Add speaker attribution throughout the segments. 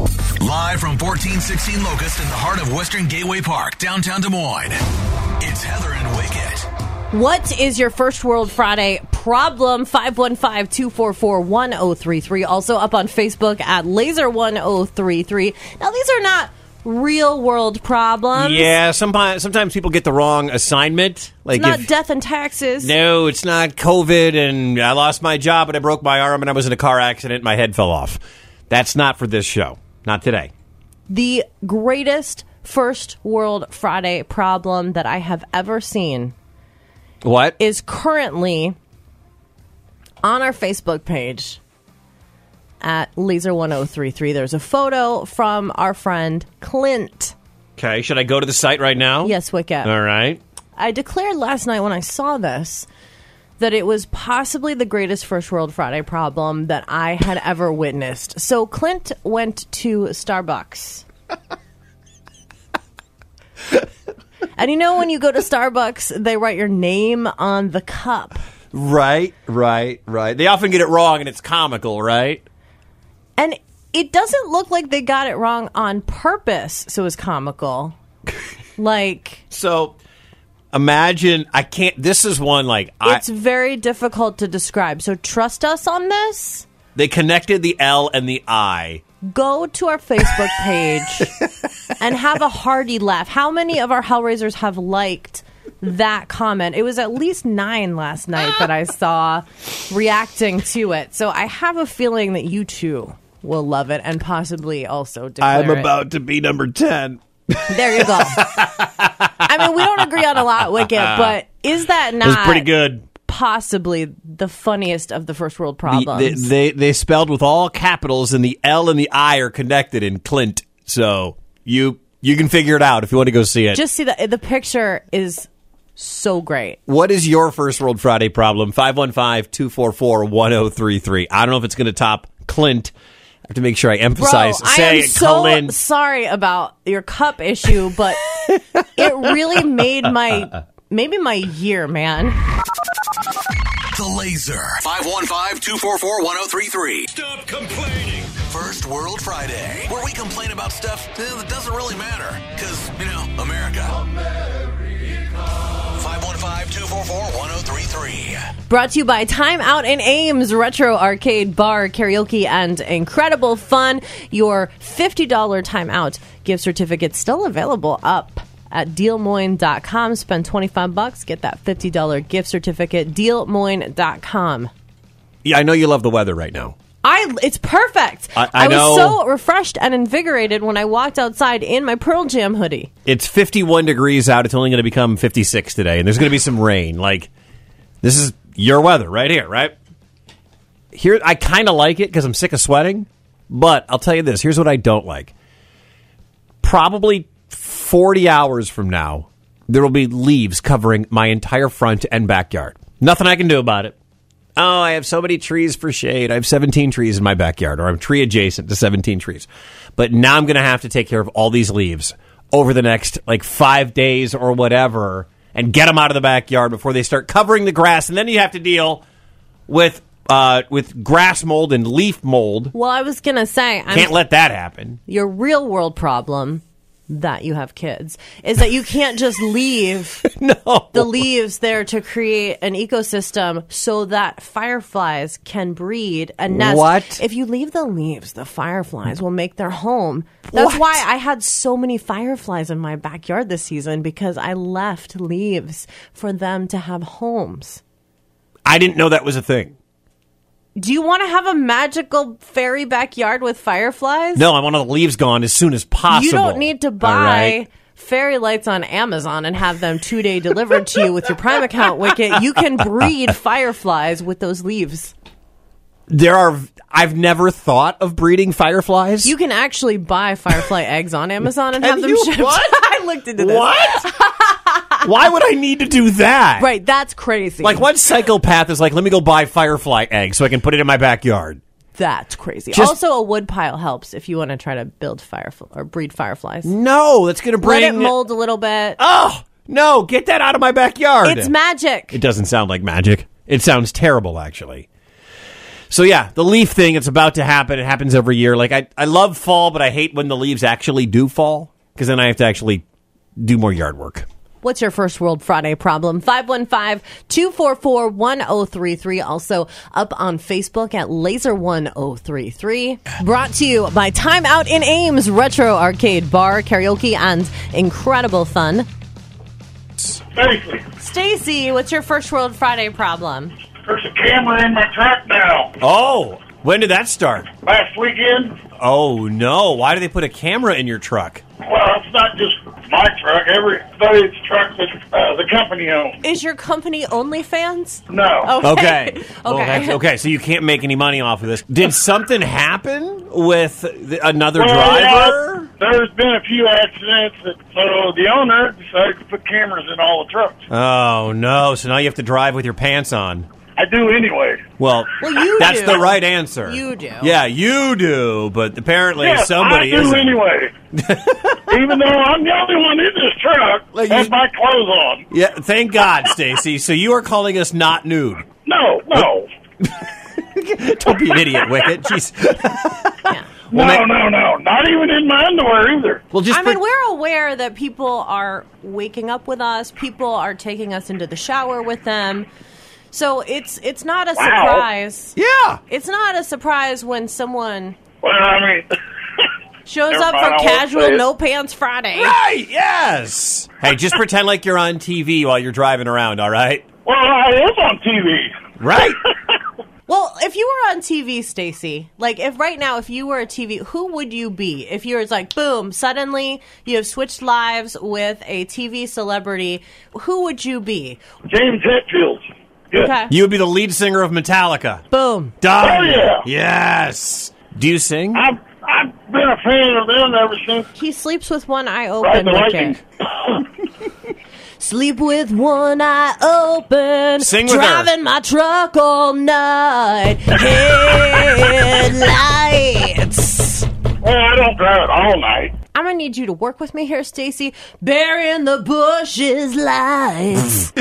Speaker 1: Live from 1416 Locust in the heart of Western Gateway Park, downtown Des Moines. It's Heather and Wicket.
Speaker 2: What is your First World Friday problem? 515 244 1033. Also up on Facebook at laser1033. Now, these are not real world problems.
Speaker 3: Yeah, sometimes sometimes people get the wrong assignment. Like
Speaker 2: It's not
Speaker 3: if-
Speaker 2: death and taxes.
Speaker 3: no, it's not COVID, and I lost my job, and I broke my arm, and I was in a car accident, and my head fell off. That's not for this show. Not today.
Speaker 2: The greatest First World Friday problem that I have ever seen
Speaker 3: What?
Speaker 2: is currently on our Facebook page at laser1033. There's a photo from our friend Clint.
Speaker 3: Okay, should I go to the site right now?
Speaker 2: Yes, Wicket.
Speaker 3: All right.
Speaker 2: I declared last night when I saw this that it was possibly the greatest First World Friday problem that I had ever witnessed. So Clint went to Starbucks. and you know when you go to Starbucks, they write your name on the cup.
Speaker 3: Right, right, right. They often get it wrong, and it's comical, right?
Speaker 2: And it doesn't look like they got it wrong on purpose, so it's comical. like
Speaker 3: So imagine I can't. This is one like I,
Speaker 2: it's very difficult to describe. So trust us on this.
Speaker 3: they connected the L and the I.
Speaker 2: go to our Facebook page and have a hearty laugh. How many of our Hellraisers have liked that comment? It was at least nine last night that I saw reacting to it. So I have a feeling that you too will love it and possibly also declare it.
Speaker 3: to be number ten.
Speaker 2: There you go. I mean, we don't agree on a lot, Wicket, but is that not
Speaker 3: It's pretty good.
Speaker 2: possibly the funniest of the first world
Speaker 3: The-
Speaker 2: problems?
Speaker 3: They, they they spelled with all capitals, and the L and the I are connected in Clint. So you you can figure it out if you want to go see it.
Speaker 2: Just see that the picture is so great.
Speaker 3: what is your first World Friday problem? 515-244-1033. I don't know if it's going to top Clint. I have to make sure I emphasize.
Speaker 2: Bro, I
Speaker 3: say
Speaker 2: am
Speaker 3: it,
Speaker 2: so
Speaker 3: Clint.
Speaker 2: sorry about your cup issue, but it really made my maybe my year, man.
Speaker 1: The Laser. 515 244 1033.
Speaker 4: Stop complaining.
Speaker 1: First World Friday, where we complain about stuff eh, that doesn't really matter. Because, you know, America. 515 244 1033.
Speaker 2: Brought to you by Time Out in Ames Retro Arcade Bar Karaoke and incredible fun. Your $50 Time Out gift certificate still available up at dealmoin.com. Spend 25 bucks, get that $50 gift certificate dealmoin.com.
Speaker 3: yeah, I know you love the weather right now.
Speaker 2: I it's perfect.
Speaker 3: I- I
Speaker 2: was
Speaker 3: know.
Speaker 2: so refreshed and invigorated when I walked outside in my Pearl Jam hoodie.
Speaker 3: It's 51 degrees out. It's only going to become 56 today, and there's going to be some rain. Like this is your weather right here, right? Here, I kind of like it because I'm sick of sweating. But I'll tell you this: here's what I don't like. Probably 40 hours from now, there will be leaves covering my entire front and backyard. Nothing I can do about it. Oh, I have so many trees for shade. I have 17 trees in my backyard, or I'm tree adjacent to 17 trees. But now I'm going to have to take care of all these leaves over the next like five days or whatever and get them out of the backyard before they start covering the grass. And then you have to deal with, uh, with grass mold and leaf mold.
Speaker 2: Well, I was gonna say,
Speaker 3: Can't
Speaker 2: I'm,
Speaker 3: let that happen.
Speaker 2: your real world problem that you have kids is that you can't just leave
Speaker 3: No.
Speaker 2: the leaves there to create an ecosystem so that fireflies can breed and nest.
Speaker 3: What?
Speaker 2: If you leave the leaves, the fireflies will make their home. That's
Speaker 3: What?
Speaker 2: why I had so many fireflies in my backyard this season because I left leaves for them to have homes.
Speaker 3: I didn't know that was a thing.
Speaker 2: Do you want to have a magical fairy backyard with fireflies?
Speaker 3: No, I want all the leaves gone as soon as possible.
Speaker 2: You don't need to
Speaker 3: All
Speaker 2: buy
Speaker 3: right.
Speaker 2: fairy lights on Amazon and have them two day delivered to you with your Prime account, Wicket. You can breed fireflies with those leaves.
Speaker 3: There are. I've never thought of breeding fireflies.
Speaker 2: You can actually buy firefly eggs on Amazon and have
Speaker 3: Can
Speaker 2: them
Speaker 3: you-
Speaker 2: shipped.
Speaker 3: what?
Speaker 2: I looked into this.
Speaker 3: What? Why would I need to do that?
Speaker 2: Right, that's crazy.
Speaker 3: Like, what psychopath is like, let me go buy firefly eggs so I can put it in my backyard?
Speaker 2: That's crazy.
Speaker 3: Just-
Speaker 2: also, a wood pile helps if you want to try to build firefly or breed fireflies.
Speaker 3: No, that's going to bring.
Speaker 2: Let it mold a little bit.
Speaker 3: Oh, no, get that out of my backyard.
Speaker 2: it's magic.
Speaker 3: It doesn't sound like magic. It sounds terrible, actually. So yeah, the leaf thing, it's about to happen. It happens every year. Like I, I love fall, but I hate when the leaves actually do fall because then I have to actually do more yard work.
Speaker 2: What's your first World Friday problem? 515 244 1033. Also up on Facebook at Laser1033. Brought to you by Time Out in Ames Retro Arcade Bar, Karaoke, and Incredible Fun.
Speaker 4: Basically,
Speaker 2: Stacy, what's your first World Friday problem?
Speaker 4: there's a camera in my truck now.
Speaker 3: Oh, when did that start?
Speaker 4: Last weekend,
Speaker 3: Oh no! Why do they put a camera in your truck?
Speaker 4: well, it's not just my truck. Everybody's truck that uh, the company owns.
Speaker 2: Is your company OnlyFans?
Speaker 4: No.
Speaker 3: Oh, Okay.
Speaker 2: okay.
Speaker 3: Well, that's- okay. So you can't make any money off of this. Did something happen with the, another
Speaker 4: Well, yeah,
Speaker 3: driver?
Speaker 4: there's been a few accidents, that, so the owner decided to put cameras in all the trucks.
Speaker 3: Oh no! So now you have to drive with your pants on.
Speaker 4: I do anyway.
Speaker 3: Well,
Speaker 2: Well, you
Speaker 3: that's
Speaker 2: do.
Speaker 3: the right answer.
Speaker 2: You do.
Speaker 3: Yeah, you do. But apparently
Speaker 4: Yes,
Speaker 3: somebody
Speaker 4: I do
Speaker 3: is.
Speaker 4: anyway. Even though I'm the only one in this truck
Speaker 3: Like
Speaker 4: with
Speaker 3: you-
Speaker 4: my clothes on.
Speaker 3: Yeah. Thank God, Stacy. So you are calling us not nude.
Speaker 4: No, no,
Speaker 3: Don't be an idiot, Wicket. Jeez.
Speaker 4: no,
Speaker 3: Well, ma-
Speaker 4: no, no. Not even in my underwear either.
Speaker 3: Well, just
Speaker 2: I mean,
Speaker 3: put-
Speaker 2: we're aware that people are waking up with us. People are taking us into the shower with them. So it's it's not a surprise.
Speaker 3: yeah.
Speaker 2: It's not a surprise when someone
Speaker 4: Well, I mean,
Speaker 2: shows
Speaker 4: Never
Speaker 2: up
Speaker 4: mind, I
Speaker 2: for
Speaker 4: won't
Speaker 2: casual
Speaker 4: say it.
Speaker 2: no pants Friday.
Speaker 3: Right. Yes. Hey, just pretend like you're on TV while you're driving around. All right.
Speaker 4: well, I is on TV.
Speaker 3: Right.
Speaker 2: Well, if you were on TV, Stacy, like if right now if you were a TV, who would you be? If you were like boom, suddenly you have switched lives with a TV celebrity, who would you be?
Speaker 4: James Hetfield. Good.
Speaker 2: Okay.
Speaker 3: You would be the lead singer of Metallica.
Speaker 2: boom.
Speaker 3: Done.
Speaker 4: Oh, yeah.
Speaker 3: Yes. Do you sing?
Speaker 4: I've, I've been a fan of them ever since
Speaker 2: He sleeps with one eye
Speaker 4: Ride
Speaker 2: open.
Speaker 4: the
Speaker 2: Wicket.
Speaker 4: Lightning.
Speaker 2: Sleep with one eye open.
Speaker 3: Sing with her.
Speaker 2: Driving my truck all night. Headlights.
Speaker 4: Well, I don't drive it all night.
Speaker 2: I'm gonna need you to work with me here, Stacy. Burying the bushes lights.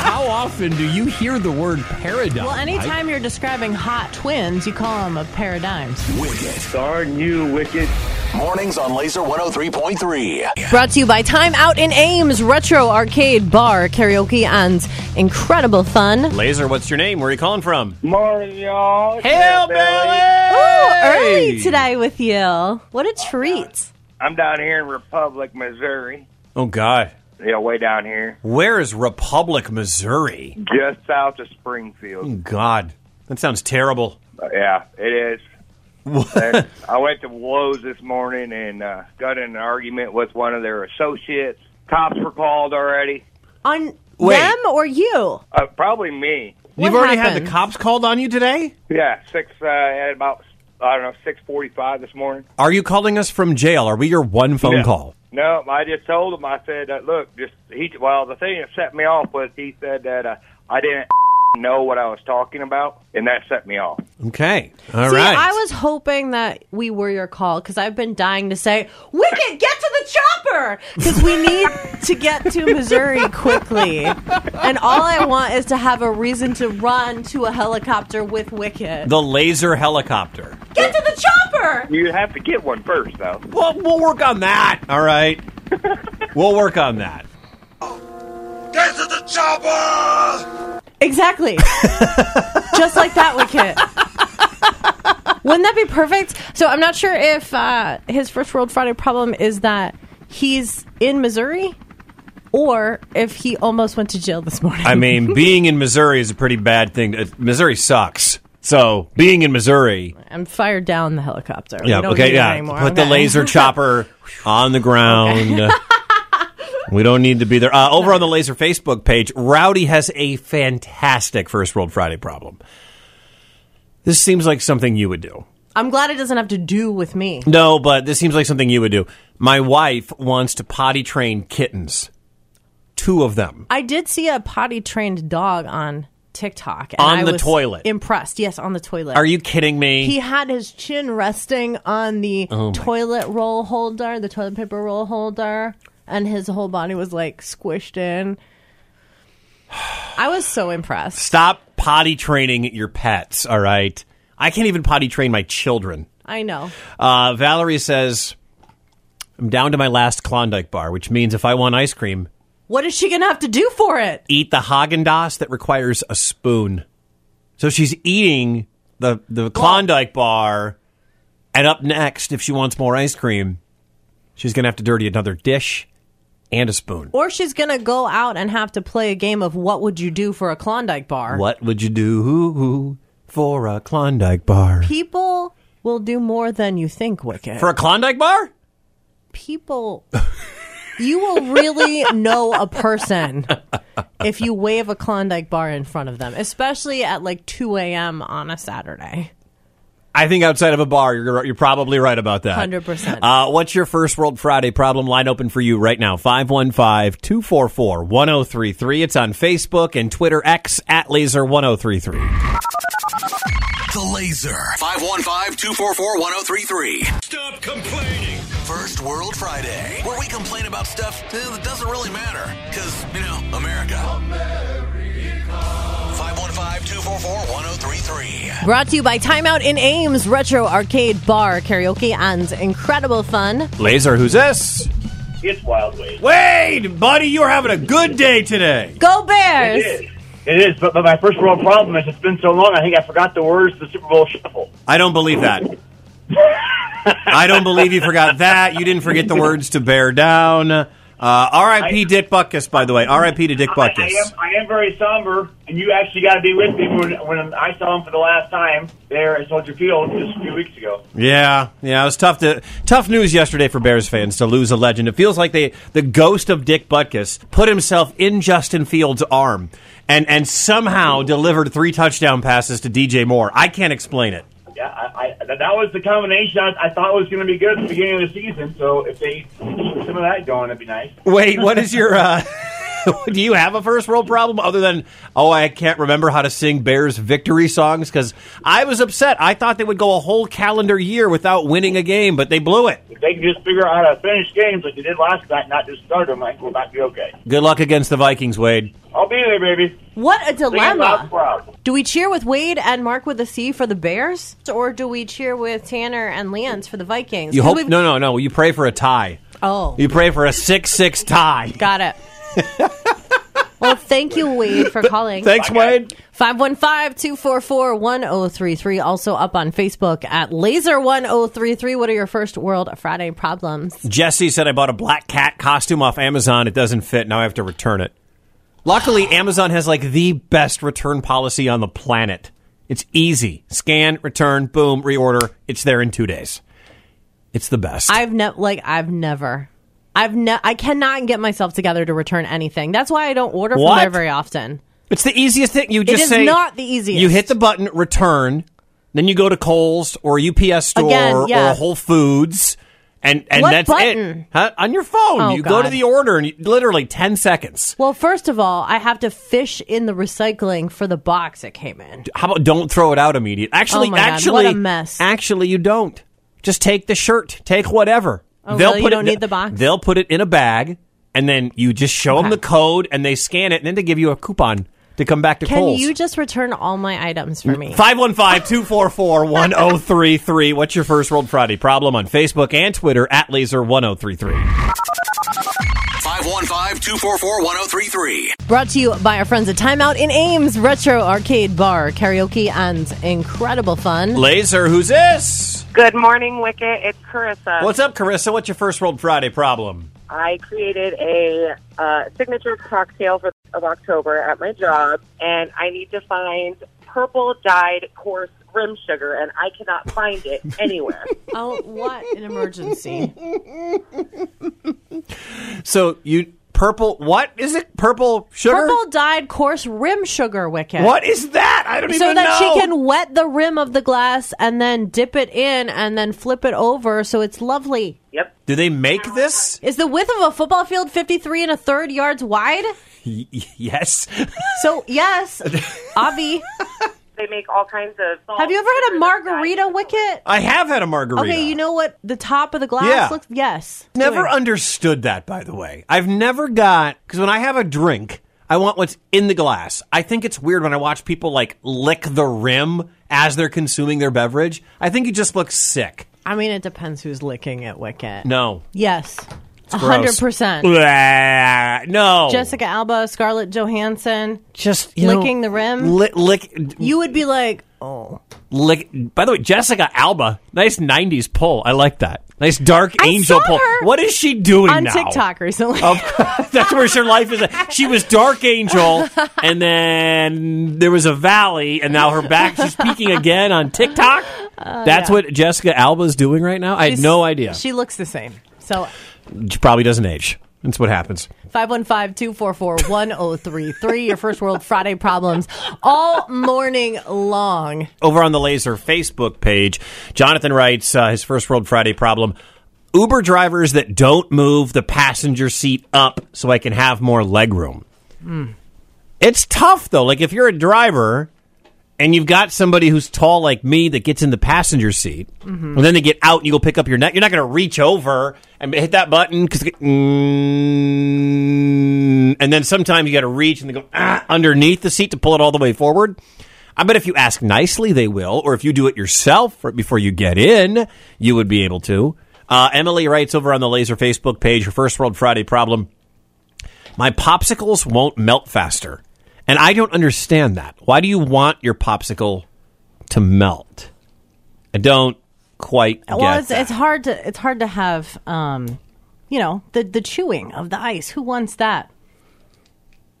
Speaker 5: How often do you hear the word paradigm?
Speaker 2: well, anytime you're describing hot twins, you call them a paradigm.
Speaker 1: Wicket.
Speaker 6: Darn you, Wicked.
Speaker 1: Mornings on Laser 103.3.
Speaker 2: Brought to you by Time Out in Ames Retro Arcade Bar, Karaoke, and incredible fun.
Speaker 3: Laser, what's your name? Where are you calling from?
Speaker 6: Morning, y'all.
Speaker 3: Hail,
Speaker 2: Oh,
Speaker 3: Billy!
Speaker 2: early today with you. What a treat.
Speaker 6: I'm down here in Republic, Missouri.
Speaker 3: Oh, God.
Speaker 6: Yeah, way down here.
Speaker 3: Where is Republic, Missouri?
Speaker 6: Just south of Springfield.
Speaker 3: Hmm. God. That sounds terrible.
Speaker 6: Yeah, it is. And I went to Lowe's this morning and uh, got in an argument with one of their associates. Cops were called already.
Speaker 2: On
Speaker 3: Wait.
Speaker 2: them or you?
Speaker 6: Uh, probably me.
Speaker 3: You've
Speaker 2: What
Speaker 3: already had
Speaker 2: happened?
Speaker 3: the cops called on you today?
Speaker 6: Yeah, six uh, at about I don't know six forty-five this morning.
Speaker 3: Are you calling us from jail? Are we your one phone
Speaker 6: Yeah.
Speaker 3: call?
Speaker 6: No, I just told him. I said, uh, "Look, just he." Well, the thing that set me off was he said that uh, I didn't know what I was talking about, and that set me off.
Speaker 3: Okay. All right.
Speaker 2: See, I was hoping that we were your call because I've been dying to say, Wicked, get to the chopper! Because we need to get to Missouri quickly. And all I want is to have a reason to run to a helicopter with Wicked.
Speaker 3: the laser helicopter.
Speaker 2: Get to the chopper!
Speaker 6: You have to get one first, though.
Speaker 3: Well, we'll work on that. All right. we'll work on that.
Speaker 7: Get to the chopper!
Speaker 2: Exactly. Just like that, Wicked. Wouldn't that be perfect? So I'm not sure if uh, his first World Friday problem is that he's in Missouri or if he almost went to jail this morning.
Speaker 3: I mean, being in Missouri is a pretty bad thing. Uh, Missouri sucks. So being in Missouri,
Speaker 2: I'm fired down the helicopter. We
Speaker 3: yeah,
Speaker 2: don't need
Speaker 3: okay,
Speaker 2: it
Speaker 3: yeah.
Speaker 2: anymore,
Speaker 3: Put the
Speaker 2: okay?
Speaker 3: laser chopper on the ground. we don't need to be there. Uh, over on the laser Facebook page, Rowdy has a fantastic first World Friday problem. This seems like something you would do.
Speaker 2: I'm glad it doesn't have to do with me.
Speaker 3: No, but this seems like something you would do. My wife wants to potty train kittens, two of them.
Speaker 2: I did see a potty trained dog on TikTok and
Speaker 3: On
Speaker 2: I
Speaker 3: the
Speaker 2: was
Speaker 3: toilet.
Speaker 2: Impressed, yes, on the toilet.
Speaker 3: Are you kidding me?
Speaker 2: He had his chin resting on the
Speaker 3: Oh
Speaker 2: toilet roll holder, the toilet paper roll holder, and his whole body was like squished in. I was so impressed.
Speaker 3: Stop potty training your pets, all right? I can't even potty train my children.
Speaker 2: I know.
Speaker 3: Uh, Valerie says, I'm down to my last Klondike bar, which means if I want ice cream,
Speaker 2: What is she going to have to do for it?
Speaker 3: eat the Haagen Dazs that requires a spoon. So she's eating the, the Klondike bar, and up next, if she wants more ice cream, she's going to have to dirty another dish and a spoon.
Speaker 2: Or she's going to go out and have to play a game of what would you do for a Klondike bar?
Speaker 3: What would you do for a Klondike bar?
Speaker 2: People will do more than you think, Wicked.
Speaker 3: For a Klondike bar?
Speaker 2: people you will really know a person if you wave a klondike bar in front of them especially at like 2 a.m on a saturday
Speaker 3: I think outside of a bar, you're you're probably right about that.
Speaker 2: 100%.
Speaker 3: Uh, what's your first World Friday problem? Line open for you right now 515 244 1033. It's on Facebook and Twitter, X at laser1033.
Speaker 1: The Laser. 515-244-1033.
Speaker 7: Stop complaining.
Speaker 1: First World Friday, where we complain about stuff eh, that doesn't really matter. Because, you know, America. oh America. 515-244-1033.
Speaker 2: brought to you by timeout in ames retro arcade bar karaoke and incredible fun
Speaker 3: Laser, who's this?
Speaker 4: It's Wild Wade.
Speaker 3: Wade, buddy, you're having a good day today.
Speaker 2: go
Speaker 4: It
Speaker 2: bears
Speaker 4: is. It is, but, but my first world problem is it's been so long, I think I forgot the words to the Super Bowl shuffle.
Speaker 3: I don't believe that. I don't believe you forgot that. You didn't forget the words to bear down. Uh, R.I.P. Dick Buckus, by the way. R.I.P. to Dick
Speaker 4: I, I,
Speaker 3: Buckus.
Speaker 4: am, I am very somber, and you actually got to be with me when, when I saw him for the last time there at Soldier Field just a few weeks ago.
Speaker 3: Yeah, yeah, it was tough to tough news yesterday for Bears fans to lose a legend. It feels like they the ghost of Dick Butkus put himself in Justin Fields' arm and and somehow delivered three touchdown passes to DJ Moore. I can't explain it.
Speaker 4: Yeah, I, I, that that was the combination I, I thought was going to be good at the beginning of the season. So if they keep some of that going, that'd be nice.
Speaker 3: Wait, what is your uh do you have a first world problem other than oh I can't remember how to sing Bears victory songs cuz I was upset. I thought they would go a whole calendar year without winning a game, but they blew it.
Speaker 4: If they can just figure out how to finish games like they did last night, not just start them, I think we'll not be okay.
Speaker 3: Good luck against the Vikings, Wade.
Speaker 4: I'll be there, baby.
Speaker 2: what a
Speaker 4: Sing it loud and
Speaker 2: dilemma
Speaker 4: proud.
Speaker 2: do we cheer with wade and mark with a c for the bears or do we cheer with tanner and lance for the vikings
Speaker 3: You
Speaker 2: 'Cause
Speaker 3: hope
Speaker 2: we've-
Speaker 3: no no no, you pray for a tie.
Speaker 2: oh
Speaker 3: You pray for a 6 6 tie.
Speaker 2: Got it. well, thank you, Wade, for calling.
Speaker 3: Thanks, Wade.
Speaker 2: 515-244-1033. Also up on Facebook at Laser1033. What are your first World Friday problems?
Speaker 3: Jesse said I bought a black cat costume off Amazon. It doesn't fit. Now I have to return it. Luckily, Amazon has like the best return policy on the planet. It's easy. Scan, return, boom, reorder. It's there in two days. It's the best.
Speaker 2: I've never, like, I've never, I've ne- I cannot get myself together to return anything. That's why I don't order from
Speaker 3: What?
Speaker 2: there very often.
Speaker 3: it's the easiest thing. You just
Speaker 2: is
Speaker 3: say
Speaker 2: not the easiest.
Speaker 3: You hit the button, return. Then you go to Kohl's or a UPS store
Speaker 2: Again, yeah.
Speaker 3: or Whole Foods, and and
Speaker 2: What
Speaker 3: that's it.
Speaker 2: button?
Speaker 3: Huh? On your phone,
Speaker 2: Oh,
Speaker 3: you go to
Speaker 2: God.
Speaker 3: the order and you, literally ten seconds.
Speaker 2: Well, first of all, I have to fish in the recycling for the box it came in.
Speaker 3: How about don't throw it out immediately? Actually,
Speaker 2: Oh my God,
Speaker 3: actually,
Speaker 2: what a mess.
Speaker 3: Actually, you don't. Just take the shirt. Take whatever.
Speaker 2: Oh, really? You don't need the box?
Speaker 3: They'll put it in a bag, and then you just show them the code, and they scan it, and then they give you a coupon to come back to
Speaker 2: Can
Speaker 3: Kohl's.
Speaker 2: you just return all my items for me?
Speaker 3: 515-244-1033. What's your first World Friday problem on Facebook and Twitter at Laser1033?
Speaker 1: 515-244-1033.
Speaker 2: Brought to you by our friends at Timeout in Ames Retro Arcade Bar, karaoke and incredible fun.
Speaker 3: Laser, who's this?
Speaker 8: Good morning, Wicket. It's Carissa.
Speaker 3: What's up, Carissa? What's your first World Friday problem?
Speaker 8: I created a uh, signature cocktail for of October at my job, and I need to find purple dyed coarse rim sugar, and I cannot find it anywhere.
Speaker 2: Oh, what an emergency!
Speaker 3: So you purple what is it? Purple sugar?
Speaker 2: Purple dyed coarse rim sugar wicket.
Speaker 3: What is that? I don't
Speaker 2: So
Speaker 3: even
Speaker 2: that
Speaker 3: know.
Speaker 2: she can wet the rim of the glass and then dip it in and then flip it over so it's lovely.
Speaker 8: yep.
Speaker 3: Do they make this?
Speaker 2: Is the width of a football field 53 and a third yards wide?
Speaker 3: Y- y- yes.
Speaker 2: So, yes, Avi.
Speaker 8: They make all kinds of. salt,
Speaker 2: Have you ever had a
Speaker 8: sugar, dyed-
Speaker 2: margarita wicket?
Speaker 3: I have had a margarita.
Speaker 2: Okay, you know what? The top of the glass
Speaker 3: Yeah.
Speaker 2: looks. Yes.
Speaker 3: Never
Speaker 2: Anyway.
Speaker 3: understood that, by the way. I've never got because when I have a drink, I want what's in the glass. I think it's weird when I watch people like lick the rim as they're consuming their beverage. I think you just look sick.
Speaker 2: I mean, it depends who's licking it, Wicket.
Speaker 3: No.
Speaker 2: Yes. a
Speaker 3: Gross.
Speaker 2: 100%.
Speaker 3: Blah. No.
Speaker 2: Jessica Alba, Scarlett Johansson,
Speaker 3: just
Speaker 2: licking the rim?
Speaker 3: Lick, lick,
Speaker 2: you would be like, oh.
Speaker 3: lick. By the way, Jessica Alba, nice '90s pull. I like that. Nice dark angel
Speaker 2: saw
Speaker 3: pull.
Speaker 2: her
Speaker 3: What is she doing
Speaker 2: On
Speaker 3: now?
Speaker 2: TikTok recently.
Speaker 3: Of course, that's where her life is. At. She was Dark Angel, and then there was a valley, and now her back. She's peaking again on TikTok. That's what Jessica Alba's doing right now. I had no idea. She,
Speaker 2: She looks the same. So
Speaker 3: probably doesn't age. That's what happens.
Speaker 2: 515-244-1033 your first world friday problems all morning long
Speaker 3: Over on the Laser Facebook page, Jonathan writes uh, his first World Friday problem: Uber drivers that don't move the passenger seat up so I can have more legroom. It's tough though. Like if you're a driver and you've got somebody who's tall like me that gets in the passenger seat, and then they get out and you go pick up your net, you're not going to reach over and hit that button because, mm, and then sometimes you got to reach and they go ah, underneath the seat to pull it all the way forward. I bet if you ask nicely, they will, or if you do it yourself right before you get in, you would be able to. Uh, Emily writes over on the Laser Facebook page, her first World Friday problem. My popsicles won't melt faster. And I don't understand that. Why do you want your popsicle to melt? I don't quite get
Speaker 2: well it's,
Speaker 3: that.
Speaker 2: it's hard to it's hard to have um you know the the chewing of the ice who wants that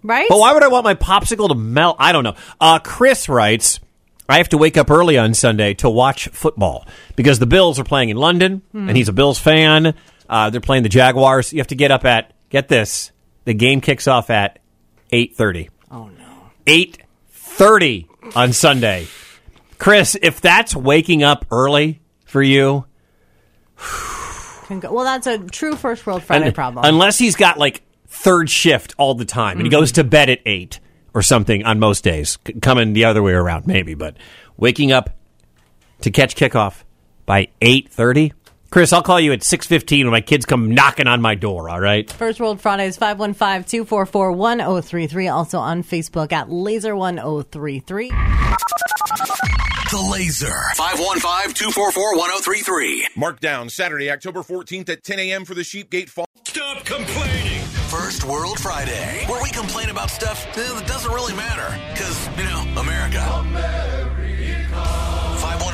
Speaker 2: right
Speaker 3: But why would I want my popsicle to melt? I don't know. Uh, Chris writes, I have to wake up early on Sunday to watch football because the Bills are playing in London, and he's a Bills fan. Uh, they're playing the Jaguars. You have to get up at get this. The game kicks off at eight thirty. Oh no, eight thirty on Sunday. Chris, if that's waking up early for you,
Speaker 2: Can go- well that's a true first world friday
Speaker 3: Un-
Speaker 2: problem
Speaker 3: Unless he's got like third shift all the time and he goes
Speaker 2: Mm-hmm.
Speaker 3: to bed at eight or something on most days, c- coming the other way around maybe, but waking up to catch kickoff by eight thirty. Chris, I'll call you at six fifteen when my kids come knocking on my door. All right.
Speaker 2: First World Fridays, 515 244 1033. Also on Facebook at laser1033.
Speaker 1: The Laser. 515-244-1033.
Speaker 7: Mark down Saturday, October 14th at 10 a.m. for the Sheepgate Fall.
Speaker 9: Stop complaining.
Speaker 1: First World Friday, where we complain about stuff eh, that doesn't really matter. Because, you know, America. oh America.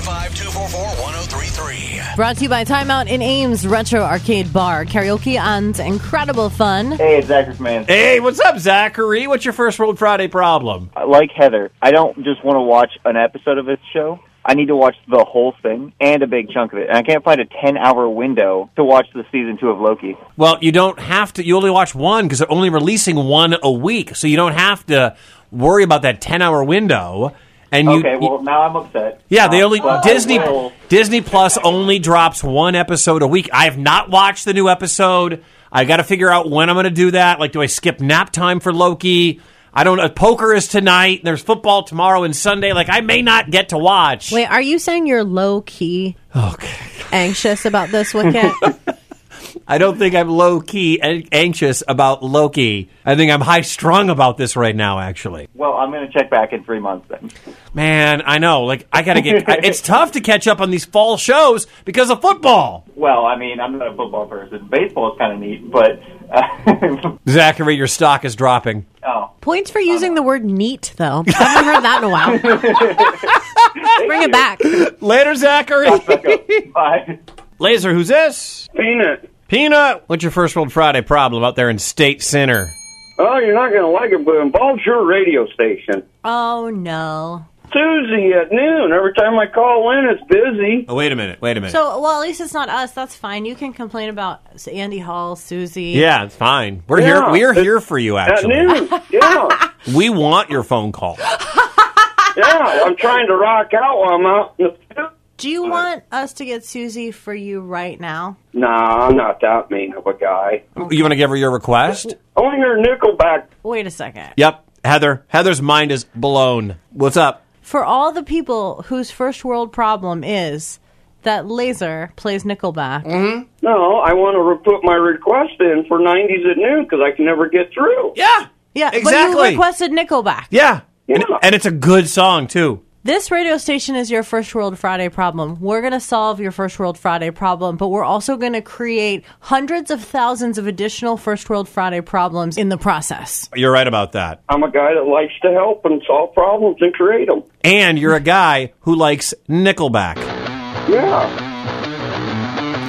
Speaker 1: 515-244-1033.
Speaker 2: Brought to you by Timeout in Ames Retro Arcade Bar. Karaoke and incredible fun.
Speaker 4: Hey, it's Zachary Man.
Speaker 3: Hey, what's up, Zachary? What's your first World Friday problem?
Speaker 4: Like Heather, I don't just want to watch an episode of this show. I need to watch the whole thing and a big chunk of it. And I can't find a 10 hour window to watch the season two of Loki.
Speaker 3: Well, you don't have to. You only watch one because they're only releasing one a week, so you don't have to worry about that ten-hour window. And you,
Speaker 4: okay, well, now I'm upset.
Speaker 3: Yeah, they only
Speaker 4: But I
Speaker 3: Disney
Speaker 4: will-
Speaker 3: Disney Plus only drops one episode a week. I have not watched the new episode. I got to figure out when I'm going to do that. Like, do I skip nap time for Loki? I don't. know. Poker is tonight. There's football tomorrow and Sunday. Like, I may not get to watch.
Speaker 2: Wait, are you saying you're low key
Speaker 3: Okay.
Speaker 2: anxious about this wicket?
Speaker 3: I don't think I'm low key and anxious about Loki. I think I'm high strung about this right now. Actually,
Speaker 4: Well, I'm going to check back in three months then.
Speaker 3: man, I know. Like, I gotta get. I- it's tough to catch up on these fall shows because of football.
Speaker 4: Well, Oh, I mean, I'm not a football person. Baseball is kind of neat, but. Uh,
Speaker 3: Zachary, your stock is dropping.
Speaker 4: oh.
Speaker 2: Points for using the word neat, though. I haven't heard that in a while. Bring it back.
Speaker 3: Later, Zachary.
Speaker 4: Bye.
Speaker 3: Laser, who's this?
Speaker 10: Peanut.
Speaker 3: Peanut. What's your first World Friday problem out there in State Center?
Speaker 10: Oh, you're not going to like it, but it involves your radio station.
Speaker 2: Oh, no.
Speaker 10: Tuesday at noon. Every time I call in, it's busy.
Speaker 3: Oh, wait a minute. Wait a minute.
Speaker 2: So, well, at least it's not us. That's fine. You can complain about Andy Hall, Susie.
Speaker 3: yeah, it's fine. We're
Speaker 10: Yeah,
Speaker 3: here. We're
Speaker 10: it's-
Speaker 3: here for you.
Speaker 10: At
Speaker 3: Actually,
Speaker 10: noon. Yeah.
Speaker 3: we want your phone call.
Speaker 10: Yeah. I'm trying to rock out while I'm out in the field.
Speaker 2: Do you want us to get Susie for you right now?
Speaker 10: Nah, I'm not that mean of a guy.
Speaker 3: You want to give her your request?
Speaker 10: I want to hear Nickelback.
Speaker 2: Wait a second.
Speaker 3: Yep. Heather. Heather's mind is blown. What's up?
Speaker 2: For all the people whose first world problem is that Laser plays Nickelback,
Speaker 3: Mm,
Speaker 10: No, I want to re- put my request in for 90s at noon because I can never get through.
Speaker 3: Yeah.
Speaker 2: Yeah, but
Speaker 3: Exactly.
Speaker 2: you requested Nickelback.
Speaker 3: Yeah. And,
Speaker 10: Yeah.
Speaker 3: and it's a good song, too.
Speaker 2: This radio station is your first world Friday problem. We're going to solve your first world Friday problem, but we're also going to create hundreds of thousands of additional first world Friday problems in the process.
Speaker 3: You're right about that.
Speaker 10: I'm a guy that likes to help and solve problems and create them.
Speaker 3: And you're a guy who likes Nickelback.
Speaker 10: Yeah.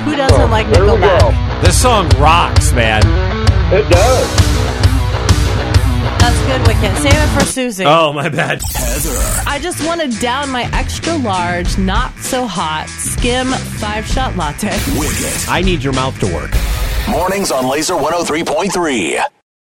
Speaker 2: Who doesn't like
Speaker 10: Oh, There we go.
Speaker 2: Nickelback?
Speaker 3: This song rocks, man.
Speaker 10: It does.
Speaker 2: That's good, Wicket. Save it for Susie.
Speaker 3: Oh, my bad.
Speaker 2: I just want to down my extra large, not so hot, skim five shot latte.
Speaker 1: Wicket.
Speaker 3: I need your mouth to work.
Speaker 1: Mornings on Laser 103.3.